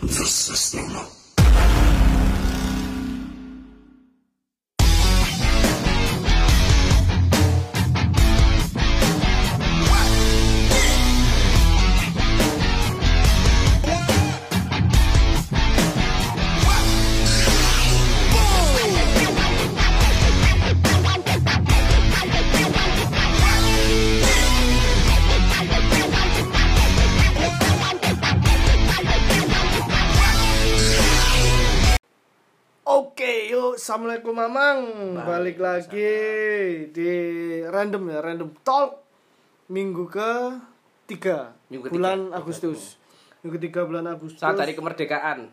the system. Oke, yuk. Assalamualaikum Mamang. Balik, Balik lagi di random ya, random talk minggu ke tiga Minggu ketiga, bulan tiga, Agustus. Minggu ketiga bulan Agustus. Saat dari kemerdekaan.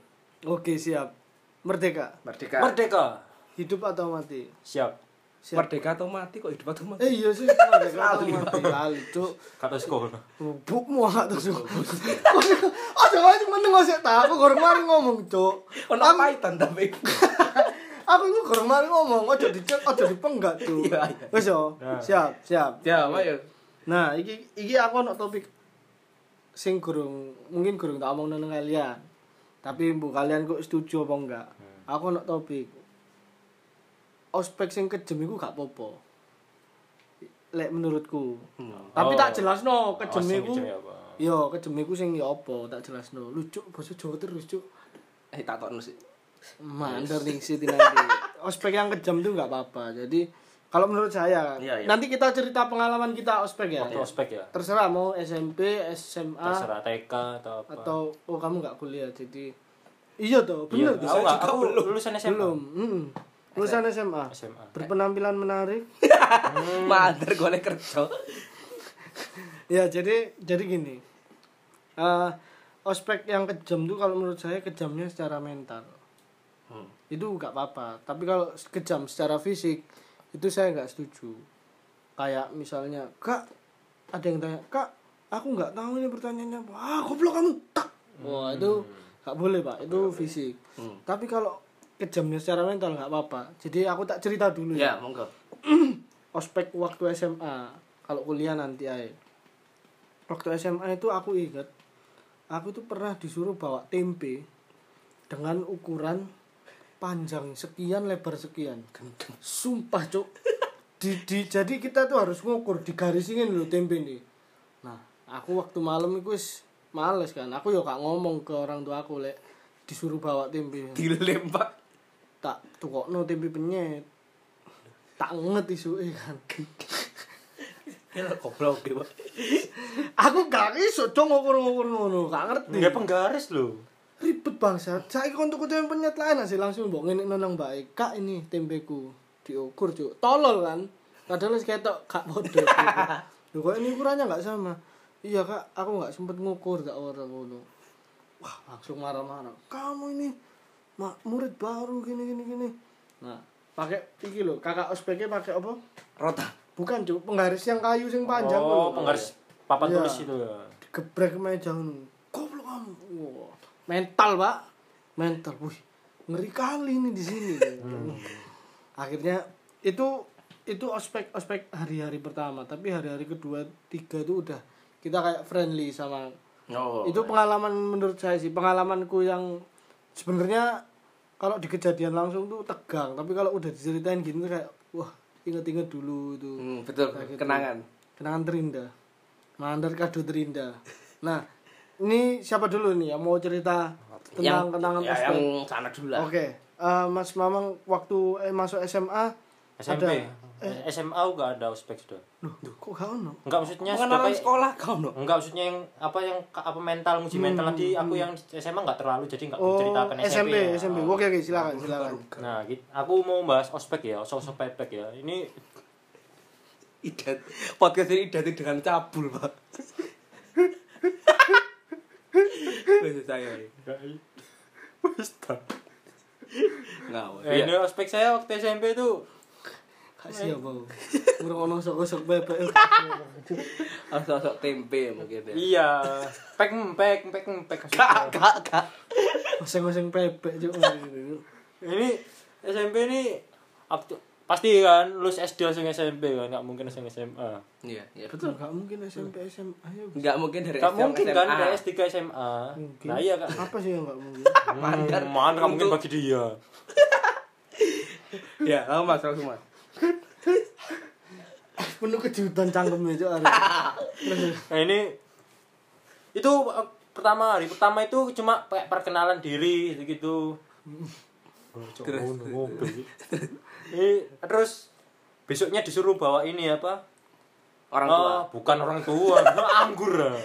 Oke, siap. Merdeka. Merdeka. Merdeka. Hidup atau mati? Siap. Siap. Merdeka atau mati kok hidup atau mati? Eh iya sih, merdeka atau mati. Lali, Cuk. Kata sekolah. Bukmu hak terus. Aja aja meneng kok sik tak aku goreng mari ngomong, Cuk. Ono Aku- paitan tapi. Aku itu goreng mari ngomong, ojo dicet, ojo dipenggat, Cuk. Iya, iya. Wes yo. Nah. Siap, siap. Ya, ayo. Nah, iki iki aku ono topik sing gurung mungkin gurung tak omongno nang kalian. Tapi mbok kalian kok setuju apa enggak? Hmm. Aku ono topik. Ospek sing kejem iku gak popo. Lek menurutku. Hmm. Tapi Oh. tak jelasno kejem iku. ya Yo, kejem iku sing ya apa tak jelasno. Lucu basa Jawa terus, Cuk. Eh tak tokno sih. Mandor ning City nanti. Ospek yang kejam tuh nggak apa-apa. Jadi kalau menurut saya, Iya, iya. nanti kita cerita pengalaman kita ospek ya. Waktu ospek ya. terserah mau SMP, SMA Terserah TK atau apa. atau oh kamu nggak kuliah jadi iya toh bener aku toh? nggak, aku lulusan SMA. belum mm. lulusan SMA. SMA. berpenampilan menarik Mandar gue oleh kerja. ya jadi jadi gini Eh, ospek yang kejam tuh kalau menurut saya kejamnya secara mental itu nggak apa-apa tapi kalau kejam secara fisik itu saya nggak setuju kayak misalnya kak ada yang tanya kak aku nggak tahu ini pertanyaannya apa ah goblok kamu tak wah itu nggak boleh pak itu fisik Hmm. tapi kalau kejamnya secara mental nggak apa-apa jadi aku tak cerita dulu ya Ya, monggo. ospek waktu SMA kalau kuliah nanti aja waktu SMA itu aku ingat aku tuh pernah disuruh bawa tempe dengan ukuran panjang sekian lebar sekian sumpah cuk di, di- jadi kita tuh harus ngukur digarisingin loh tempe ini nah aku waktu malam itu wis males kan aku ya gak ngomong ke orang tua aku lek disuruh bawa tempe Dilempar. tak tukokno tempe penyet tak nget isuke kan Ya goblok gue. aku gak iso dong ngukur-ngukur ngono gak ngerti Nggak penggaris loh. ribet bangsa saiki kon tuku tempe penyet lain sih langsung mbok ngene nang mbak e. kak ini tempeku diukur cuk tolol kan padahal wis ketok gak podo lho kok ini ukurannya gak sama iya kak aku gak sempet ngukur tak ora ngono wah langsung marah-marah kamu ini ma- murid baru gini gini gini nah pakai iki lho kakak ospeknya pakai apa Rota. bukan cuk penggaris yang kayu sing panjang lho. Oh, penggaris papan Iya. tulis itu ya. gebrek meja ngono. Goblok kamu. Wah, mental, Pak. Mental. Wih, ngeri kali ini di sini. Hmm. Akhirnya itu itu ospek-ospek hari-hari pertama, tapi hari-hari kedua, tiga itu udah kita kayak friendly sama Oh. itu pengalaman menurut saya sih pengalamanku yang sebenarnya kalau di kejadian langsung tuh tegang tapi kalau udah diceritain gini tuh kayak wah inget-inget dulu itu Hmm, betul, kenangan. kenangan kan terindah mandar kado terindah nah ini siapa dulu nih yang mau cerita tentang kenangan ya, ospek yang sana dulu lah. oke eh, mas mamang waktu eh, masuk SMA ada SMP. SMA aku nggak ada ospek sudah. Loh, kok gak ono Enggak maksudnya sudah Pengenalan kayak- sekolah kau no. Enggak maksudnya yang apa yang apa mental uji mental tadi aku yang SMA enggak terlalu jadi enggak Hmm. oh menceritakan SMP. SMP ya. SMP oke oke silakan silakan Nah, gitu. aku mau bahas ospek ya, ospek ospek ya. Ini Idat. Podcast ini identik dengan cabul, Pak. Wes saya. Iya. Wis tak. Ngawur. Eh, Ini ospek saya waktu SMP itu Gak siap bau Kurang ono sok-sok bebek Harus sosok tempe mungkin ya. iya, pek pek pek pek. Kak, kak, kak. Oseng-oseng bebek juga Ini SMP ini waktu Pasti kan lulus SD langsung SMP kan, nggak mungkin langsung SMA. Iya, iya. betul nggak mungkin SMP SMA ayo Enggak mungkin dari SMA. Gak mungkin kan dari S3 SMA. Nah iya kak. apa sih yang nggak mungkin Hmm, Kan? mana nggak mungkin Untuk- bagi dia. Ya, langsung Mas, langsung Mas. penuh kejutan cangkemnya cok hari ini. Nah ini itu eh, pertama hari pertama itu cuma kayak perkenalan diri Oh, gitu. Terus. Eh, terus besoknya disuruh bawa ini apa? Orang Ah, tua. bukan orang tua, anggur. ah.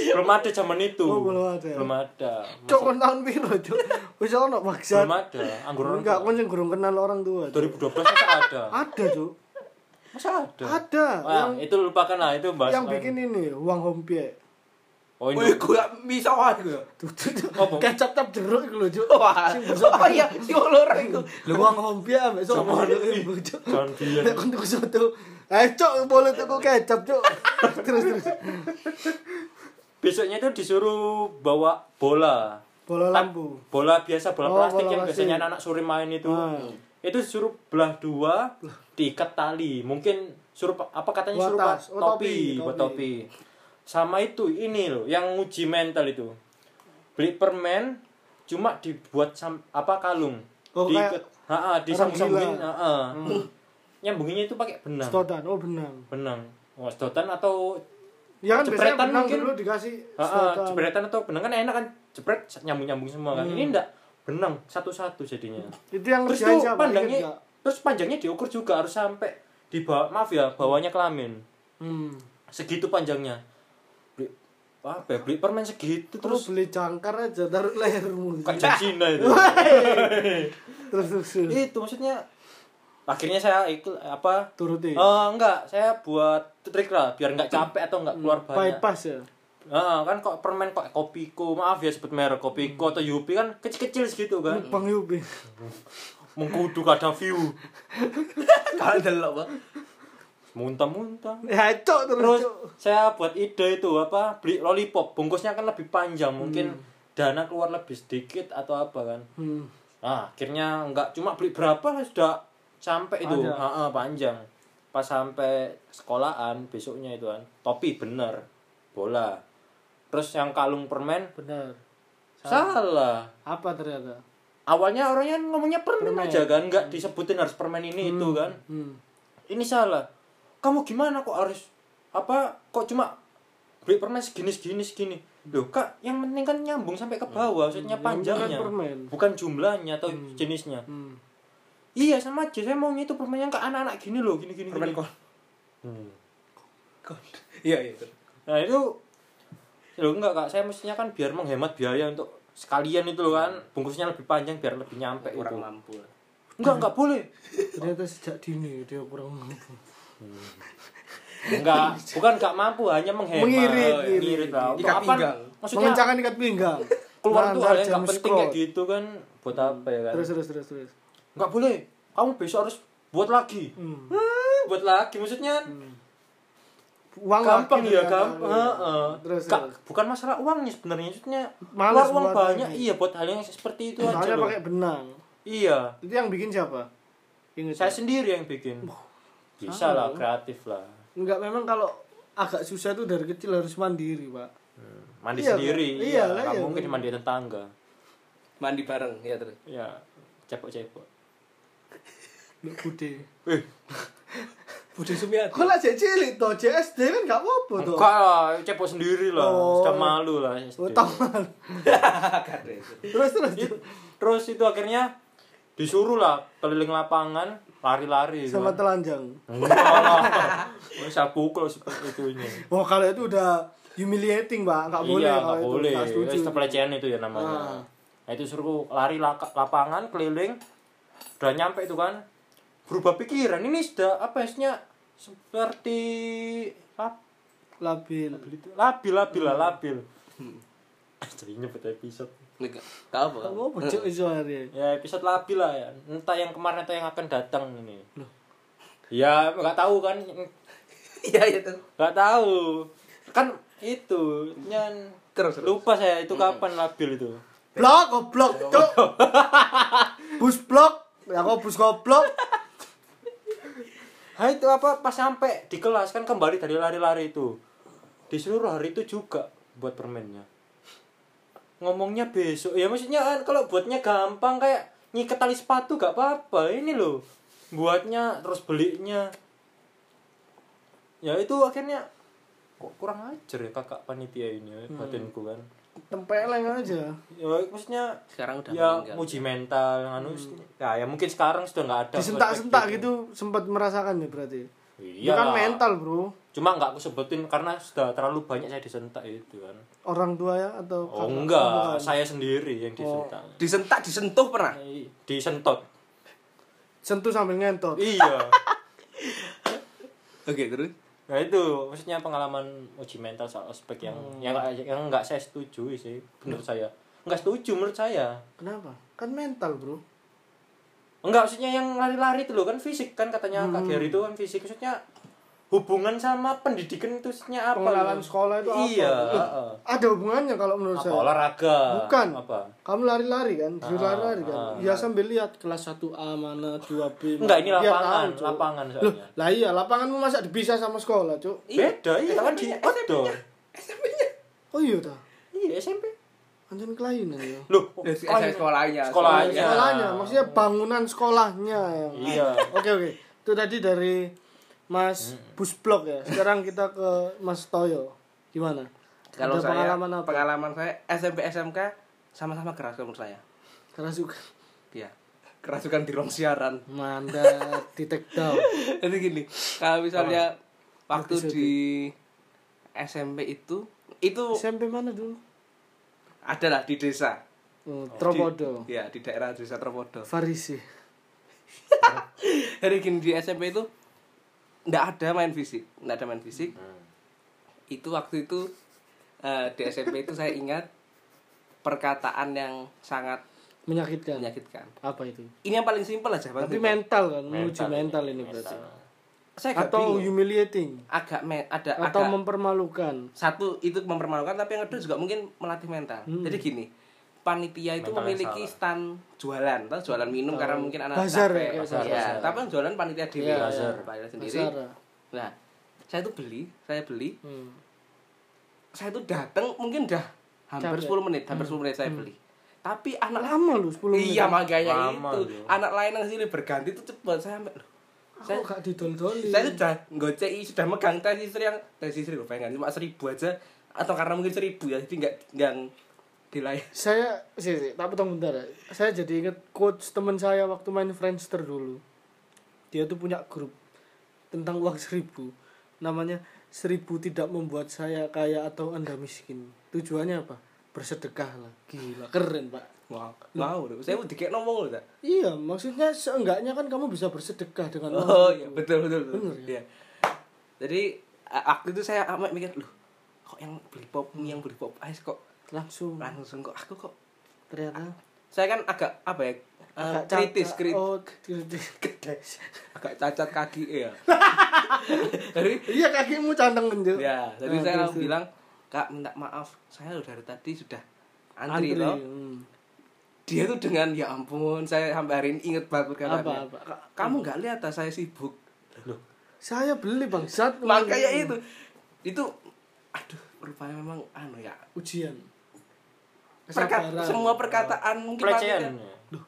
Belum ada zaman itu. kan Oh, belum ada. Belum ada. cok kon tahun piro cok wis ono maksa Belum ada. Anggur orang enggak tua. kon yang gurung kenal orang tua Cok. 2012 masa ada. ada cok Masa ada? ada Wah, iya, yang itu lupakan lah itu bahas. yang bikin ini uang hompie Oh, Oh, ini. gue gak bisa wah gue. tutup Apa? kecap cap jeruk iku lho cok Wah. Sing besok- Oh iya, si olor itu. Lho wong hompia ambek sopo ibu cuk. Jangan biyen. Nek kon tuku soto. Eh cuk boleh tuku kecap cuk. Terus terus. Besoknya itu disuruh bawa bola. Bola lampu. Bola biasa, bola Oh, bola plastik yang plastik. biasanya anak-anak sore main itu. Hmm. Itu suruh belah dua, diikat tali. Mungkin suruh pa- apa katanya suruh Watas. pa- Oh, topi, topi, buat topi. topi. Sama itu ini loh, yang uji mental itu. Beli permen cuma dibuat sam- apa kalung. Oh, diikat, kayak ha disambung-sambungin, gila. Hmm. heeh. Nyambunginnya itu pakai benang. Stotan, oh benang. Benang. Oh, sedotan atau Ya kan biasanya Jepretan benang mungkin. dulu dikasih Ah, ah, stotan. jepretan atau benang kan enak kan jepret nyambung nyambung semua kan Hmm. ini enggak benang satu satu jadinya Itu yang terus ngerjain tuh Hmm. siapa? Ingat panjangnya nggak? terus panjangnya diukur juga harus sampai di bawah maaf ya bawahnya kelamin Hmm. segitu panjangnya beli apa ya, beli permen segitu Terus terus beli cangkar aja taruh lehermu. kayak jam Cina itu Terus terus. terus. itu maksudnya akhirnya saya ikut apa Turuti. Eh, enggak saya buat trik lah biar enggak capek atau enggak keluar banyak Hmm. Bypass ya. Ah, kan kok permen kok kopiko, maaf ya sebut merek Hmm. kopiko atau Yupi kan kecil-kecil segitu kan. Bang Yupi. Mengkudu kada view. Kalau delok, Bang. Muntah-muntah. Ya cok terus. Terus Cok. saya buat ide itu apa? Beli lollipop, bungkusnya kan lebih panjang, mungkin dana keluar lebih sedikit atau apa kan. Hmm. Nah, akhirnya enggak cuma beli berapa sudah sampai itu. Panjang. Ah, ah, panjang. Pas sampai sekolahan besoknya itu kan. Topi bener. Bola. Terus yang kalung permen Benar. salah. Apa ternyata? awalnya orangnya ngomongnya permen, Permen. aja kan nggak disebutin harus permen ini itu kan Hmm. ini salah kamu gimana kok harus apa kok cuma beli permen segini segini segini loh kak yang penting kan nyambung sampai ke bawah maksudnya Yang bukan panjangnya Hmm. kan permen. bukan jumlahnya atau jenisnya Hmm. iya sama aja saya maunya itu permen yang ke anak-anak gini loh gini gini Permen gini. kon. Hmm. Kon. Iya, iya. terus. nah itu loh enggak kak saya mestinya kan biar menghemat biaya untuk sekalian itu loh kan bungkusnya lebih panjang biar lebih nyampe itu Kurang mampu. lah. enggak enggak boleh Ternyata sejak dini dia kurang mampu. Enggak, bukan enggak mampu, hanya menghemat. Mengirit, Oh, mengirit. mengirit lah. Untuk Ikat apa? pinggang. Maksudnya mengencangkan ikat pinggang. keluar Nah, tuh ntar hal yang jam enggak penting sekolah. kayak gitu kan buat apa ya kan? Terus terus terus terus. Enggak boleh. Kamu besok harus buat lagi. Hmm. Hmm, buat lagi maksudnya Uang gampang lagi ya ternyata. gampang. Heeh. gitu Terus Enggak, terus. bukan masalah uangnya sebenarnya maksudnya Males keluar uang buat banyak lagi. iya buat hal yang seperti itu aja Soalnya loh. pakai benang. Iya. Itu yang bikin siapa? Ingat. Saya ya? sendiri yang bikin. Bisa lah kreatif lah. Enggak memang kalau agak susah tuh dari kecil harus mandiri, Pak. Mandi Iya, Kak. sendiri. Iya, Iyalah, nggak iya, mungkin bener. mandi tetangga. Mandi bareng, ya terus. Ya, cepok-cepok. Nek bude. Eh, Budi Sumiati. Kok lah cek cilik to, CSD kan enggak apa-apa to. Enggak lah, cepok sendiri lah. Oh. Sudah malu lah. Oh, SD. taman. Keren. Terus terus. It- Terus itu akhirnya disuruh lah keliling lapangan lari-lari gitu Sama kan. telanjang. Enggak lah. Wah, Saya pukul seperti itunya. Wah, kalau itu udah humiliating, Pak. Enggak boleh iya, kalau nggak itu. boleh. Nggak setuju. Itu pelecehan itu ya namanya. Ah. Nah, itu suruh lari la- lapangan keliling. Udah nyampe itu kan. Berubah pikiran. Ini sudah apa istilahnya seperti apa? Labil. labil labil lah labil. Hmm. Jadi nyebut episode. Enggak apa. Enggak apa-apa, cuk iso hari. Ya episode labil lah ya. Entah yang kemarin atau yang akan datang ini. Loh. Ya nggak tahu kan. Iya, iya terus. Nggak tahu. Kan itu nyan Terus, Hmm. terus. lupa saya itu kapan labil itu. Blok, goblok, cuk. Bus blok. Ya kok bus goblok. Nah, itu apa pas sampai di kelas kan kembali dari lari-lari itu. Di seluruh hari itu juga buat permennya. Ngomongnya besok. Ya maksudnya kan kalau buatnya gampang kayak nyikat tali sepatu gak apa-apa. Ini loh. Buatnya terus belinya. Ya itu akhirnya kok kurang ajar ya kakak panitia ini Hmm. ya, batinku kan. tempeleng aja Ya maksudnya Sekarang udah ya meninggal. muji mental anu ya, ya mungkin sekarang sudah nggak ada Hmm. disentak-sentak perspektif. gitu sempat merasakan ya berarti itu Iya kan lah. mental bro Cuma nggak aku sebutin karena sudah terlalu banyak saya disentak itu kan. orang tua ya atau Oh kakak? enggak, kan Bukan. Oh. saya sendiri yang disentak. Disentak, disentuh pernah. Eh, Disentot. sentuh sambil ngentot iya. Oke, terus. Nah itu maksudnya pengalaman uji mental soal ospek yang Hmm. yang nggak- yang enggak saya setujui sih menurut saya. Enggak setuju menurut saya. kenapa kan mental bro Enggak maksudnya yang lari-lari itu loh kan fisik kan katanya Hmm. Kak Gary itu kan fisik maksudnya hubungan sama pendidikan itu maksudnya apa? Pengenalan sekolah itu apa? Iya. Loh, heeh. ada hubungannya kalau menurut Apa saya olahraga? Bukan. Eh, Apa? kamu lari-lari kan disuruh Ah, lari-lari kan ah. ya sambil lihat kelas 1A mana 2B mana. Enggak, ini Biar lapangan, tahu, Cuk. lapangan Loh, soalnya. lah iya lapanganmu masa dipisah sama sekolah cuk Beda, iya kan di outdoor. oh iya dah Iya, SMP. anjing kelainan ya Loh, Dari sekolahnya. sekolahnya. Oh, iya. Sekolahnya. sekolahnya maksudnya bangunan sekolahnya yang Iya. oke oke itu tadi dari Mas Hmm. Busblok ya sekarang kita ke Mas Toyo gimana Kalau ada saya pengalaman apa Pengalaman saya SMP SMK sama-sama keras menurut saya. karena suka Iya. Kerasukan di ruang siaran. manda di take down Jadi gini, kalau misalnya waktu di SMP itu itu SMP mana dulu adalah di desa. oh, Di- Tropodo Iya, di daerah desa Tropodo. Farisi Jadi gini di SMP itu nggak ada main fisik, nggak ada main fisik. Hmm. Itu waktu itu eh, di SMP itu saya ingat perkataan yang sangat menyakitkan menyakitkan. apa itu Ini yang paling simpel aja, Bang. tapi mental kan menguji iya. mental ini berarti Eh, saya agak atau bingung. humiliating agak me- atau ada iya. agak mempermalukan satu itu mempermalukan tapi yang kedua juga mungkin melatih mental. Hmm. Jadi gini, panitia itu Mental yang memiliki salah. stand jualan, stand jualan minum karena mungkin anak Bazar capek. ya, kayak Iya, bazar. tapi kan jualan panitia diri, Iya, Bazar. iya. panitia sendiri. Basara Nah, saya tuh beli, saya beli, hmm. saya tuh datang mungkin dah hampir Capek. 10 menit, hampir 10 menit saya beli. Tapi anak lama lu 10 menit Iya, makanya Lama, itu. loh. Anak lain yang sini berganti tuh cepat saya sampai "Loh, aku gak didol-dolin saya sudah ngocei sudah megang tes istri yang tes istri gue pengen cuma seribu aja atau karena mungkin seribu ya jadi nggak nggak dilayar saya sih, sih, tak potong bentar ya. saya jadi inget quotes teman saya waktu main Friendster dulu dia tuh punya grup tentang uang seribu namanya seribu tidak membuat saya kaya atau anda miskin tujuannya apa bersedekah lah gila keren pak wow wow loh. saya udah kayak ngomong loh tak? iya maksudnya seenggaknya kan kamu bisa bersedekah dengan uang oh seribu. iya betul betul, betul. Bener, ya? Iya. jadi a- waktu itu saya amat mikir loh kok yang beli pop Hmm. mie yang beli pop ice kok langsung langsung kok aku kok ternyata saya kan agak apa ya eh, agak kritis cacat. kritis oh kritis agak cacat kaki ya jadi iya kakimu canteng kan Ya, jadi Nah, saya terus, langsung terus. bilang, "Kak, minta maaf. Saya loh dari tadi sudah antri, loh." hmm. Dia tuh dengan ya ampun, saya sampai hari ini inget banget perkataannya. Apa, apa? Kamu nggak lihat ah, saya sibuk. saya beli bangsat Makanya itu. Itu aduh, rupanya memang anu ya. ujian Perka- Kesabaran. semua perkataan mungkin Pelecehan. panitia- Duh,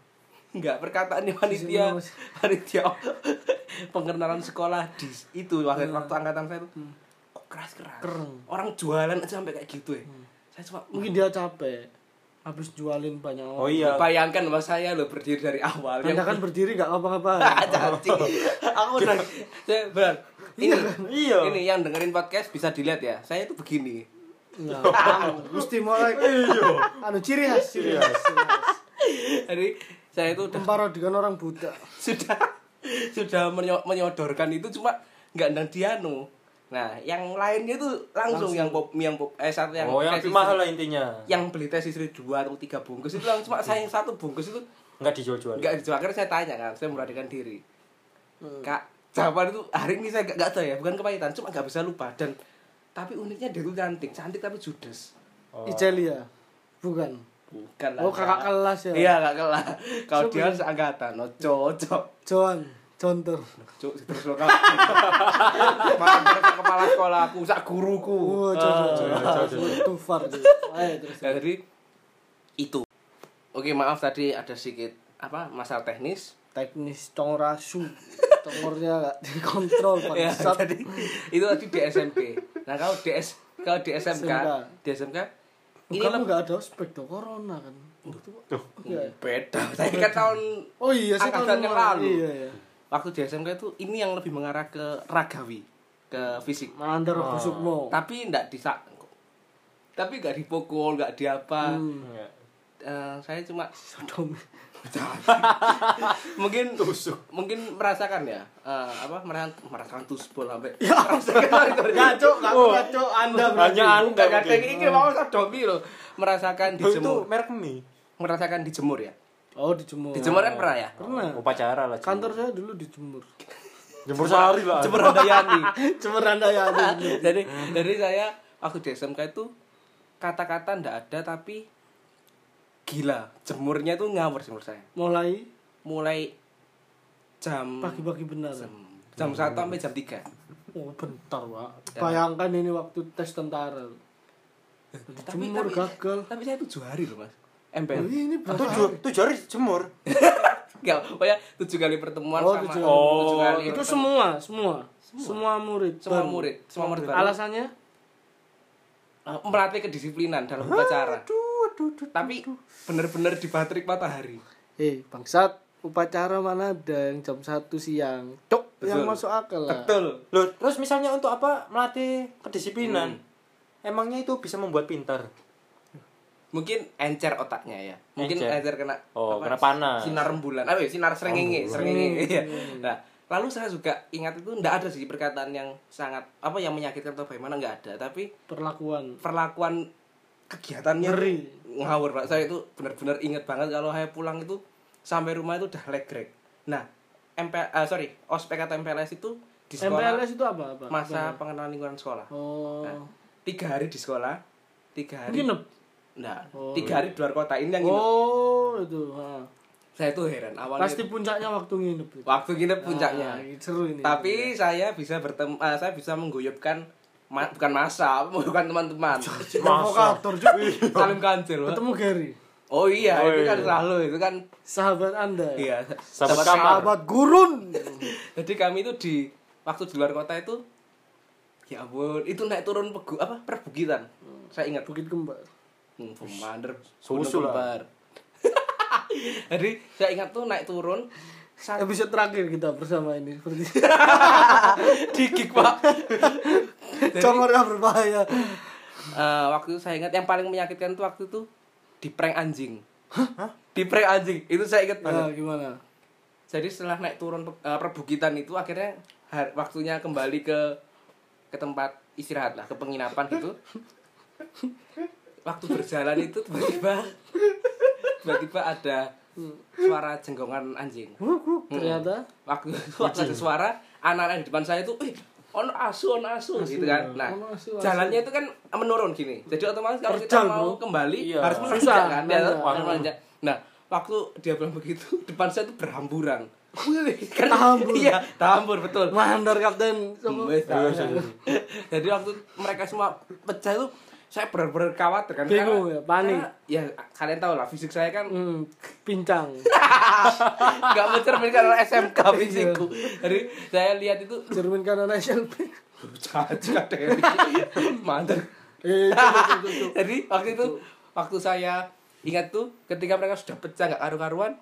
Enggak, perkataan di panitia, Mas. panitia pengenalan sekolah di itu waktu, Iya. waktu angkatan saya tuh Hmm. kok keras-keras. Keren. Orang jualan aja sampai kayak gitu ya. Hmm. Saya cuma mungkin dia capek habis jualin banyak orang Oh iya. Bayangkan mas saya lo berdiri dari awal. Anda kan Iya. berdiri gak apa-apa Cacing. Aku udah saya benar. Ini Iya. ini yang dengerin podcast bisa dilihat ya. Saya itu begini. mesti mulai Iya. anu ciri khas ciri khas ciri khas. Jadi saya itu udah- memparodikan orang buta sudah sudah menyo- menyodorkan itu cuma nggak nang dianu. Nah, yang lainnya itu langsung, yang pop yang pop eh satu yang Oh, yang tes lebih istri- mahal lah intinya. yang beli tes istri dua atau tiga bungkus itu langsung cuma saya yang satu bungkus itu Enggak dijual-jual. nggak dijual akhirnya saya tanya kan saya meradikan diri kak jawaban itu hari ini saya nggak nggak tahu ya bukan kepahitan cuma nggak bisa lupa dan tapi uniknya dia tuh cantik cantik tapi judes Oh. Icelia bukan bukan lah, Oh, kakak Kak. kelas ya? iya kakak kelas kalau dia seangkatan no oh, cocok Joan Contoh. Cuk, terus lo kalah. Malah kepala sekolah aku, sak guruku. Oh, Ah, contoh. Too far. Cuk. Ayo terus. Uh. Nah, jadi itu. Oke, maaf tadi ada sedikit apa masalah teknis. Teknis tongrasu. Tongornya nggak dikontrol Ya, bangsat. jadi itu tadi di SMP. Nah, kalau di S kalau di SMK, SMK. di SMK ini Oh, Kamu lebih nggak ada ospek do corona kan. Iya. Hmm, beda. Tadi kan tahun Oh iya, saya Angkatan yang kemarin. lalu. Iya, iya. waktu di SMK itu ini yang lebih mengarah ke ragawi, ke fisik. Mandor Sukmo. Tapi enggak disa tapi enggak dipukul, enggak diapa. Hmm. Enggak. Eh, saya cuma Sodom. mungkin mungkin merasakan ya eh, apa merasakan merasakan tusbol sampai merasakan Cuk, nggak Oh. kuat, Cuk. Anda Hanya aku Enggak nggak ada anu, ini mau sodomi loh merasakan mungkin. Oh, itu dijemur merek mie. merasakan dijemur ya Oh, dijemur. dijemur kan pernah ya Pernah. Upacara lah. Kantor saya dulu dijemur. Jemur sehari lah. jemur handayani Jemur Anda ya. jadi dari saya aku di SMK itu kata-kata ndak ada tapi gila jemurnya tuh ngawur sih menurut saya Mulai mulai jam pagi-pagi benar. jam satu sampai jam 3 Oh, bentar, Pak. Ya. Bayangkan ini waktu tes tentara. Dijemur gagal. iya? tapi Iya. saya tujuh hari loh mas MPL Ini ini Tuh berapa? tujuh hari jemur. Enggak, pokoknya Oh, ya, tujuh kali pertemuan Oh, sama tujuh. tujuh Oh, kali Itu pertemuan. semua, semua. Semua murid. semua baru. murid, semua murid baru. Alasannya? Eh, melatih kedisiplinan dalam upacara. Tapi bener-bener di batrik matahari. Eh, bangsat, upacara mana ada yang jam 1 siang? Cok, yang masuk akal lah. Betul. Loh, terus misalnya untuk apa melatih kedisiplinan? Emangnya itu bisa membuat pintar? Mungkin encer otaknya ya. Mungkin Encer. encer, kena Oh, kena panas. Sinar rembulan. Apa ya? Sinar srengenge, srengenge. Iya. Nah, lalu saya juga ingat itu enggak ada sih perkataan yang sangat apa yang menyakitkan atau bagaimana enggak ada, tapi Perlakuan. perlakuan kegiatannya Ngeri. ngawur pak saya itu benar-benar inget banget kalau saya pulang itu sampai rumah itu udah legrek nah MP eh, sorry ospek atau MPLS itu di sekolah MPLS itu apa? apa? masa pengenalan lingkungan sekolah Oh. Nah, tiga hari di sekolah tiga hari Nginep. nah Oh. tiga hari di luar kota ini yang nginep. Oh, itu. ha. saya tuh heran awalnya Pasti puncaknya waktu nginep. itu. waktu nginep puncaknya Ah, seru ini. tapi saya bisa bertemu eh, saya bisa mengguyupkan ma- bukan masa bukan teman-teman provokator juga. salim kancil Pak. Ketemu Gary, Oh iya, itu kan selalu itu kan sahabat Anda. ya? iya. Sahabat sama- kamar. Sahabat gurun. Jadi kami itu di waktu di luar kota itu ya ampun, itu naik turun pegu apa perbukitan. Saya ingat Bukit kembar. hmm, Pemander, Susu lah. Kembar. Jadi saya ingat tuh naik turun sa- Episode terakhir kita bersama ini seperti di gig, Pak. Congornya berbahaya. Eh, waktu itu saya ingat yang paling menyakitkan tuh waktu itu di prank anjing. Hah? Di prank anjing. Itu saya ingat banget. Nah, gimana? jadi setelah naik turun pe- eh, perbukitan itu akhirnya har- waktunya kembali ke ke tempat istirahat lah ke penginapan gitu waktu berjalan itu tiba-tiba tiba-tiba ada suara jenggongan anjing Wuk, wuk, Ternyata waktu waktu ada suara anak-anak di depan saya itu eh on asu on asu gitu kan nah ono asu, asu. jalannya itu kan menurun gini jadi otomatis kalau kita Terjal, mau bro. kembali Iya. harus Susah, Iya. menanjak kan ya, menanjak. harus menanjak. nah waktu dia bilang begitu depan saya itu berhamburan Wih, kan, Tahambur. iya tahambur betul Mandar Kapten. Sopo? Wes, jadi waktu mereka semua pecah itu saya benar-benar khawatir kan Bingung ya, panik. karena- ya kalian tahu lah fisik saya kan Hmm, pincang. nggak mencerminkan orang SMK Iya. fisikku jadi saya lihat itu Cermin kanan SLP. Cacat Mantap. Eh, itu, itu, itu, itu. Jadi waktu itu waktu saya ingat tuh ketika mereka sudah pecah nggak karu-karuan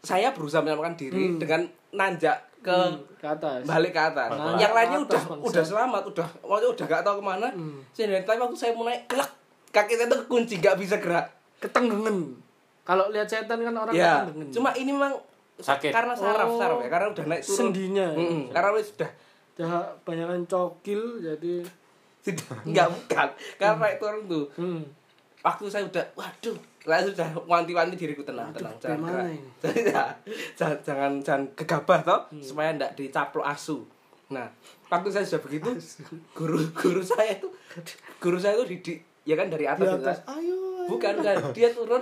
saya berusaha menyelamatkan Hmm. diri dengan nanjak ke ke atas. balik ke atas. Nah, yang lainnya Hmm. ke atas, udah bangsa. Hmm. udah selamat, udah waktu udah nggak tahu kemana. Sehingga tapi waktu saya mulai kelak kaki saya tuh kunci nggak bisa gerak. Ketenggengen. Kalau lihat setan kan orang Ya, ketenggengen. cuma ini memang Sakit. karena saraf Oh. saraf ya, karena udah naik turun. Sendinya ya. Mm-mm, karena wis sudah Dah banyakan cokil jadi tidak nggak bukan karena naik turun tuh hmm. waktu saya udah waduh saya sudah wanti-wanti diriku tenang tenang jangan gimana gerak. ini? Hmm. Jangan- jangan jangan jangan gegabah toh supaya ndak dicaplok asu nah waktu saya sudah begitu guru guru saya itu guru saya itu didik ya kan dari atas, di ke atas. atas. Ayo. ayo. bukan Hmm. kan dia turun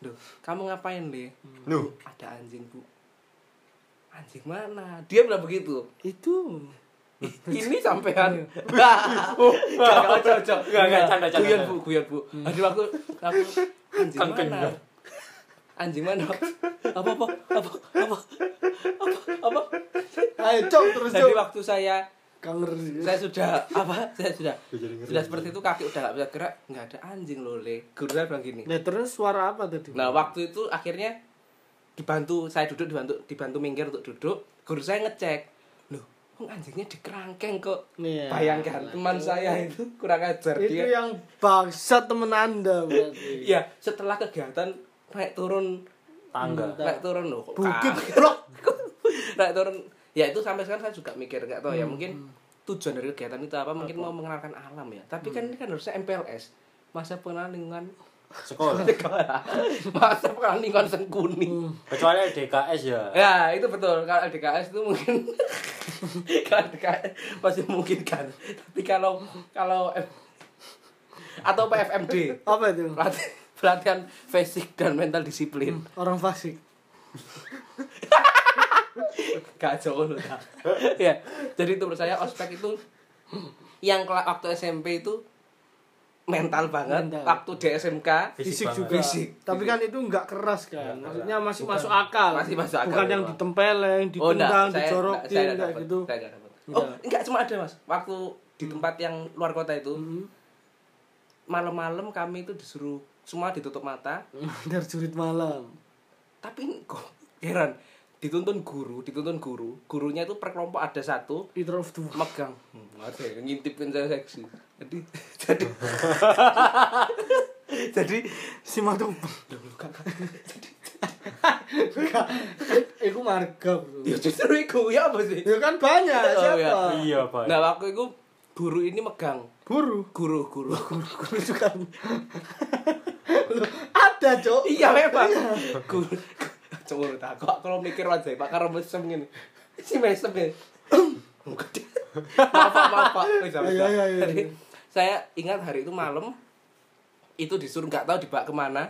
Duh, kamu ngapain nih Loh. ada anjing bu anjing mana dia bilang begitu itu Ih, ini sampean gak cocok Nggak, nggak, Iya. canda, canda, guyon canda. Kan bu guyon bu ada waktu aku anjing Kang mana Kendang. anjing mana apa apa apa apa apa apa ayo cok terus jadi cok waktu saya kanger saya sudah apa saya sudah Gue jadi ngeri. sudah seperti itu kaki udah gak bisa gerak nggak ada anjing loh le guru saya bilang gini nah terus suara apa tadi nah waktu itu akhirnya dibantu saya duduk dibantu dibantu minggir untuk duduk guru saya ngecek loh kok anjingnya dikerangkeng kok Iya. bayangkan teman saya itu kurang ajar itu dia yang bangsat temen anda berarti ya setelah kegiatan naik turun Tangga. naik turun loh kok Nah. bukit kaki? blok naik turun ya itu sampai sekarang saya juga mikir nggak tahu ya Hmm. mungkin tujuan dari kegiatan itu apa mungkin mau mengenalkan alam ya tapi Hmm. kan ini kan harusnya MPLS masa pengenalan lingkungan Sekolah. masa pengenalan lingkungan sengkuni Hmm. Kecuali DKS ya. ya itu betul kalau LDKS itu mungkin kalau LDKS masih memungkinkan tapi kalau kalau atau PFMD apa itu pelati- pelatihan fisik dan mental disiplin Hmm. orang fasik gak jauh loh Kak. ya jadi itu menurut saya ospek itu yang kela- waktu SMP itu mental banget Mental. waktu di SMK Fisik fisik banget. juga Fisik. tapi kan itu nggak keras kan maksudnya masih masuk akal Masih masuk akal, bukan yang Pak. ditempeleng Oh, ditendang dijorokin nggak kayak dapet, gitu saya nggak dapet. Nggak. oh enggak cuma ada mas waktu di tempat yang luar kota itu malam-malam kami itu disuruh semua ditutup mata dari jurit malam tapi kok heran dituntun guru dituntun guru gurunya itu per kelompok ada satu either of two megang hmm, ada yang ngintipin saya seksi jadi jadi jadi simak tuh Loh, loh, Kak, Kak. itu marga bro ya justru itu ya apa sih ya kan banyak Oh, siapa iya. Iya, Pak. nah waktu itu guru ini megang buruh guru guru guru guru juga Loh, ada cok iya memang guru cemburu tak kok kalau mikir aja pak karena mesem gini si mesem ya maaf Pak, maaf pak Oh, Wis, wis, Iya, iya, iya. Jadi, saya ingat hari itu malam itu disuruh nggak tahu dibawa kemana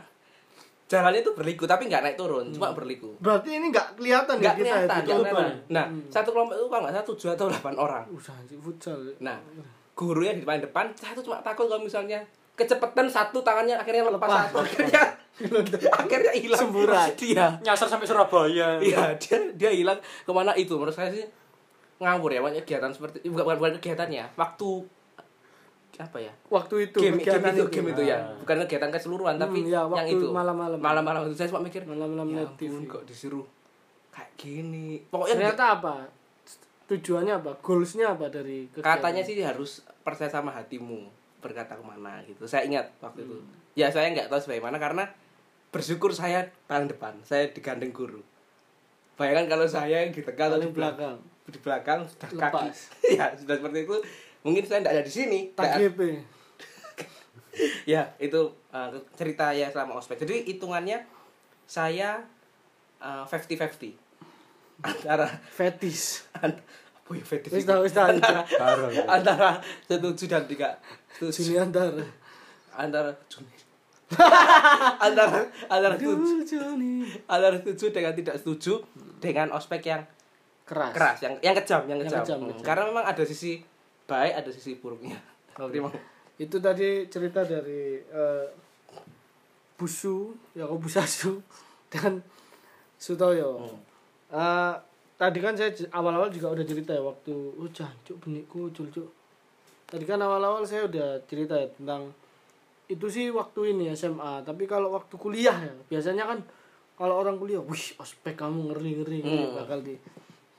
jalannya itu berliku tapi nggak naik turun cuma berliku berarti ini nggak kelihatan ya nggak Hmm. kita ya, kelihatan nggak ditutup. kelihatan. nah Hmm. satu kelompok itu kalau nggak salah tujuh atau delapan orang usah sih futsal nah gurunya di depan depan saya tuh cuma takut kalau misalnya kecepetan satu tangannya akhirnya lepas, Lepas. satu akhirnya akhirnya hilang Iya. Semburat. dia Nyasar sampai Surabaya. iya dia dia hilang kemana itu menurut saya sih ngawur ya banyak kegiatan seperti bukan bukan, bukan kegiatannya waktu apa ya waktu itu iya. game, game kegiatan itu game itu ya Ah. bukan kegiatan keseluruhan Hmm, tapi ya, yang waktu itu malam-malam. malam-malam itu saya cuma mikir Malam-malam ya lihat TV." ampun kok disuruh kayak gini pokoknya ternyata apa tujuannya apa goalsnya apa dari kan? kegiatan? katanya sih harus percaya sama hatimu berkata kemana gitu saya ingat waktu Hmm. itu ya saya nggak tahu sebagaimana karena bersyukur saya paling depan saya digandeng guru bayangkan kalau saya yang di tengah atau paling di belakang belakang di belakang sudah kaki Lepas. ya sudah seperti itu mungkin saya tidak ada di sini Nggak- TGP ya itu uh, cerita ya selama ospek jadi hitungannya saya fifty fifty antara fetis an- apa ya fifty wis tau wis tau Karo. ya. antara setuju dan tidak setuju sini antar antara antara antara setuju Aduh, Johnny. antara setuju dengan tidak setuju dengan ospek yang keras keras yang yang kejam yang Yang kejam, kejam, Hmm, kejam. karena memang ada sisi baik ada sisi buruknya Oke. terima itu tadi cerita dari eh, Busu Yakobus Asu dan Sutoyo Eh, tadi kan saya j- awal-awal juga udah cerita ya waktu oh jancuk benihku culcuk tadi kan awal-awal saya udah cerita ya tentang itu sih waktu ini SMA tapi kalau waktu kuliah ya biasanya kan kalau orang kuliah wih ospek kamu ngeri ngeri, ngeri, Hmm. bakal di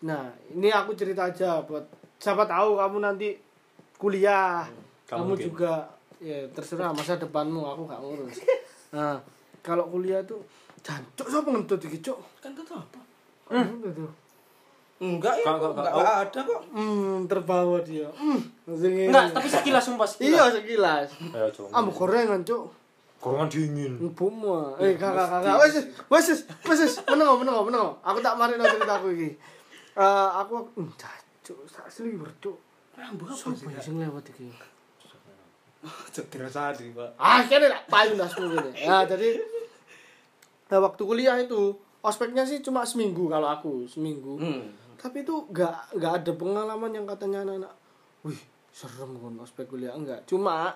nah ini aku cerita aja buat siapa tahu kamu nanti kuliah kamu mungkin. juga ya terserah masa depanmu aku gak ngurus nah kalau kuliah tuh jancuk so ngentut iki cuk kan itu apa Ngentut tuh. enggak ya Kak, kok kak, kak. enggak ada kok hmm terbawa dia hmm langsung ini. Enggak, tapi sekilas sumpah iya sekilas. sekilas Ayo, Jong. ambu gorengan cuk Gorengan dingin. Bomo. Eh kakak kakak. Wes wes wes, wes wes meneng meneng meneng. Aku tak mari nang ceritaku iki. Eh aku hmm, cacuk sak sliwer cuk. rambut apa sih Sopo ya sing lewat iki? Cedera sadi, Pak. Ah, kene tak payu ndasmu kene. Ya, jadi nah, waktu kuliah itu ospeknya sih cuma seminggu kalau aku seminggu Hmm. tapi itu nggak nggak ada pengalaman yang katanya anak-anak wih serem kan ospek kuliah enggak cuma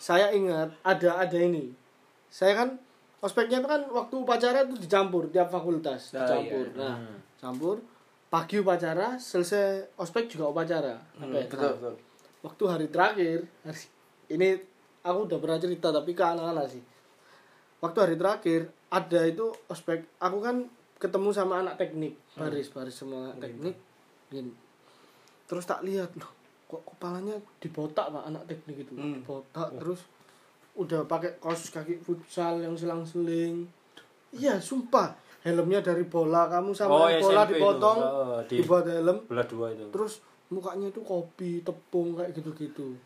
saya ingat ada ada ini saya kan ospeknya itu kan waktu upacara itu dicampur tiap fakultas Ah, dicampur iya. nah campur pagi upacara selesai ospek juga upacara Hmm, Apa ya? betul Nah, betul. waktu hari terakhir hari, ini aku udah pernah cerita tapi ke anak-anak sih waktu hari terakhir ada itu ospek aku kan ketemu sama anak teknik Hmm. baris baris semua anak teknik Gini. terus tak lihat loh kok kepalanya dibotak pak anak teknik itu Hmm. dibotak Oh. terus udah pakai kaos kaki futsal yang selang-seling iya sumpah helmnya dari bola kamu sama Oh, iya, bola SMP itu. dipotong Oh, di- dibuat helm Belah dua itu. terus mukanya itu kopi tepung kayak gitu-gitu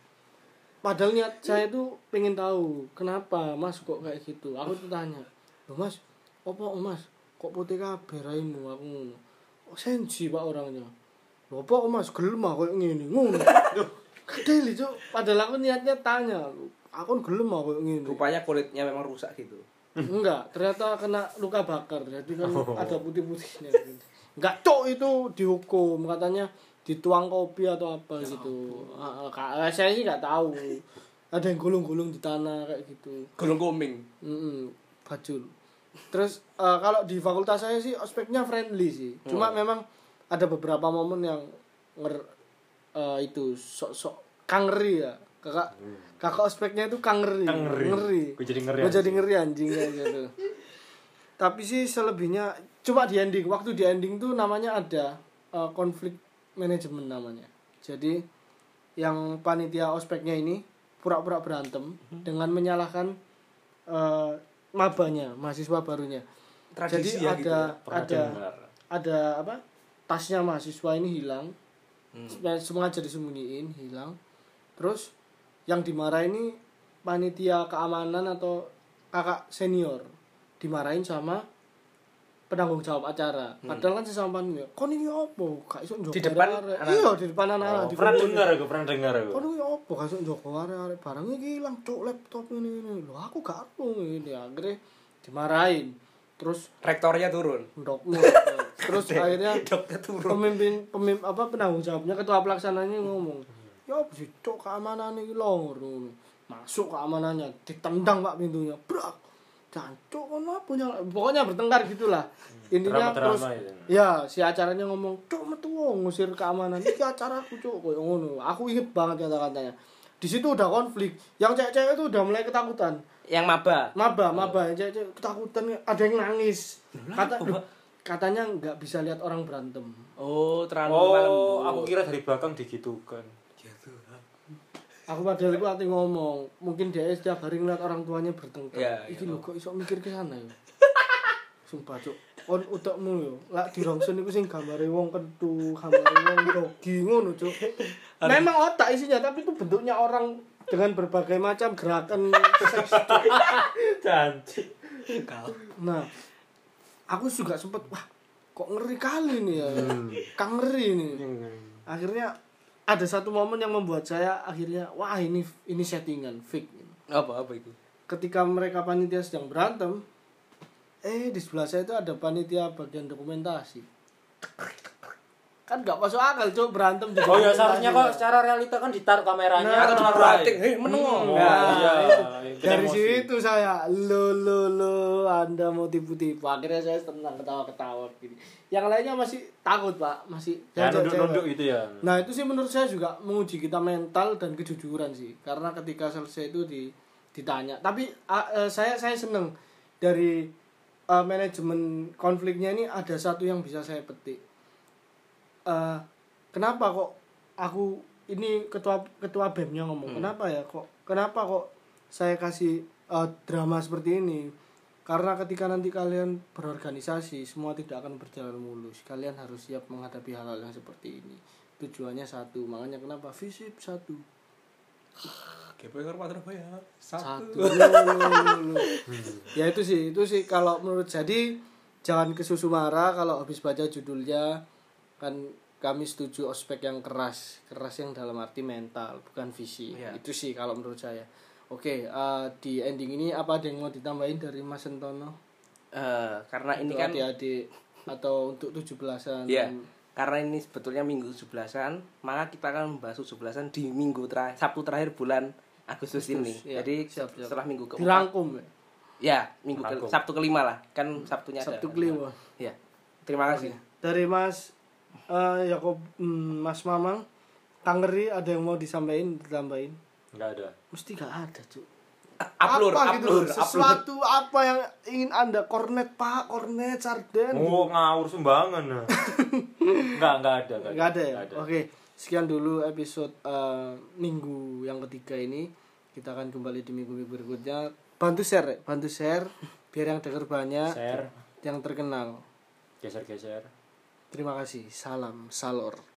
padahal niat saya itu pengen tahu kenapa mas kok kayak gitu aku tuh tanya lo mas opo mas kok putih kabeh raimu aku ngono oh, sensi pak orangnya lo opo mas gelem ah kayak ngene ngono kedeli cuk padahal aku niatnya tanya aku gelem ah kayak ngene Rupanya kulitnya memang rusak gitu. Enggak, ternyata kena luka bakar. Jadi kan ada putih-putihnya. gitu. Enggak, cok itu dihukum katanya dituang kopi atau apa gitu. Ah, ah, ka- saya sih enggak tahu. Ada yang gulung-gulung di tanah kayak gitu. Gulung kuming. Mm-mm, bajul. Terus eh, kalau di fakultas saya sih ospeknya friendly sih. Oh. Cuma memang ada beberapa momen yang nger eh, itu sok-sok kangeri ya. Kakak kakak ospeknya itu kangeri. Hmm. Kangeri. Ngeri. Gua jadi ngeri Gua jadi anjing. ngeri anjing kayak gitu. Tapi sih selebihnya coba di ending. Waktu di ending tuh namanya ada eh, konflik manajemen namanya. Jadi yang panitia ospeknya ini pura-pura berantem Mhm. dengan menyalahkan eh, mabanya, mahasiswa barunya. Jadi Tradisi ya ada gitu ya. Pernah ada dengar. ada apa? Tasnya mahasiswa ini hilang. Hmm. eh, Sem- Sengaja disembunyiin, hilang. Terus yang dimarah ini panitia keamanan atau kakak senior dimarahin sama penanggung jawab acara. Padahal kan sesama panitia, kon ini opo? Gak iso njogo Hmm. Di depan arek-arek." anak- Iya, di depan anak-anak. Oh, di pernah kumpulin. dengar aku, pernah dengar aku. Kono ya opo kasuk Joko arek barangnya hilang cok laptop ini ini. Lho aku gak aku ini akhirnya dimarahin. Terus Rektornya turun. ndokmu. Terus akhirnya Dokter turun. pemimpin pemim apa penanggung jawabnya ketua pelaksananya ngomong ya apa sih cok keamanan ini lor masuk keamanannya ditendang pak pintunya brak jancok kono apa nyala pokoknya bertengkar gitulah intinya terus Drama-drama itu. ya si acaranya ngomong cok metu wong, ngusir keamanan iki acaraku cok koyo ngono aku inget banget kata-katanya di situ udah konflik yang cewek-cewek itu udah mulai ketakutan Yang maba. maba maba aja aja ketakutan ada yang nangis kata "Duh, katanya nggak bisa lihat orang berantem Oh, terlalu malam. Oh, aku kira dari belakang digitukan. aku padahal aku hati ngomong mungkin dia setiap hari ngeliat orang tuanya bertengkar Ya, iki ya. lho kok iso mikir ke sana ya sumpah cuk kon utekmu yo lak di rongsen iku sing gambare wong kentu gambare wong grogi ngono cuk memang otak isinya tapi itu bentuknya orang dengan berbagai macam gerakan Janji. Kau. Nah, aku juga sempet wah kok ngeri kali nih ya, kang ngeri nih. Hmm. Oh, Akhirnya ada satu momen yang membuat saya akhirnya wah ini ini settingan fake. Apa apa itu? Ketika mereka panitia sedang berantem, eh di sebelah saya itu ada panitia bagian dokumentasi. Kan gak masuk akal cok berantem di Oh ya dokumentasi. seharusnya kok secara realita kan ditaruh kameranya Nah, nah, Atau di prating, hei menengok. Oh, Nah, iya. itu. dari situ saya lo lo lo anda mau tipu-tipu akhirnya saya tenang ketawa-ketawa gini yang lainnya masih takut pak masih Ya cewek-cewek. nunduk-nunduk gitu ya. nah itu sih menurut saya juga menguji kita mental dan kejujuran sih karena ketika selesai itu di ditanya tapi ah, eh, saya saya seneng dari eh, manajemen konfliknya ini ada satu yang bisa saya petik Eh, kenapa kok aku ini ketua ketua BEM-nya ngomong kenapa ya kok kenapa kok saya kasih eh, drama seperti ini karena ketika nanti kalian berorganisasi semua tidak akan berjalan mulus kalian harus siap menghadapi hal-hal yang seperti ini tujuannya satu makanya kenapa visip satu GPR Surabaya. satu Satu. Loh, loh, loh, loh. ya itu sih itu sih kalau menurut jadi jangan ke susu marah kalau habis baca judulnya kan kami setuju ospek yang keras keras yang dalam arti mental bukan visi Iya. itu sih kalau menurut saya oke eh, di ending ini apa ada yang mau ditambahin dari Mas Sentono eh, karena Untuk ini kan adik-adik atau untuk 17-an. ya karena ini sebetulnya minggu 17-an, maka kita akan membahas 17-an di minggu terakhir Sabtu terakhir bulan Agustus ini. ya, Jadi siap, siap. setelah minggu ke Dirangkum. ya. ya, minggu ke- Rangkum. Sabtu kelima lah. Kan Sabtunya ada. Sabtu Kliwon. Ya. Terima kasih. Dari Mas eh, Yakob hmm, Mas Mamang Kangeri ada yang mau disampaikan ditambahin? nggak ada Mesti gak ada, Cuk. Upload, apa gitu? upload, upload. Sesuatu apa yang ingin Anda kornet, Pak, kornet, sarden. oh ngawur sumbangan nah. nggak nggak ada nggak Gak ada ya? Nggak ada. Oke, sekian dulu episode eh, minggu yang ketiga ini. Kita akan kembali di minggu-minggu berikutnya. Bantu share, bantu share biar yang denger banyak, share yang terkenal. geser geser Terima kasih. Salam salor.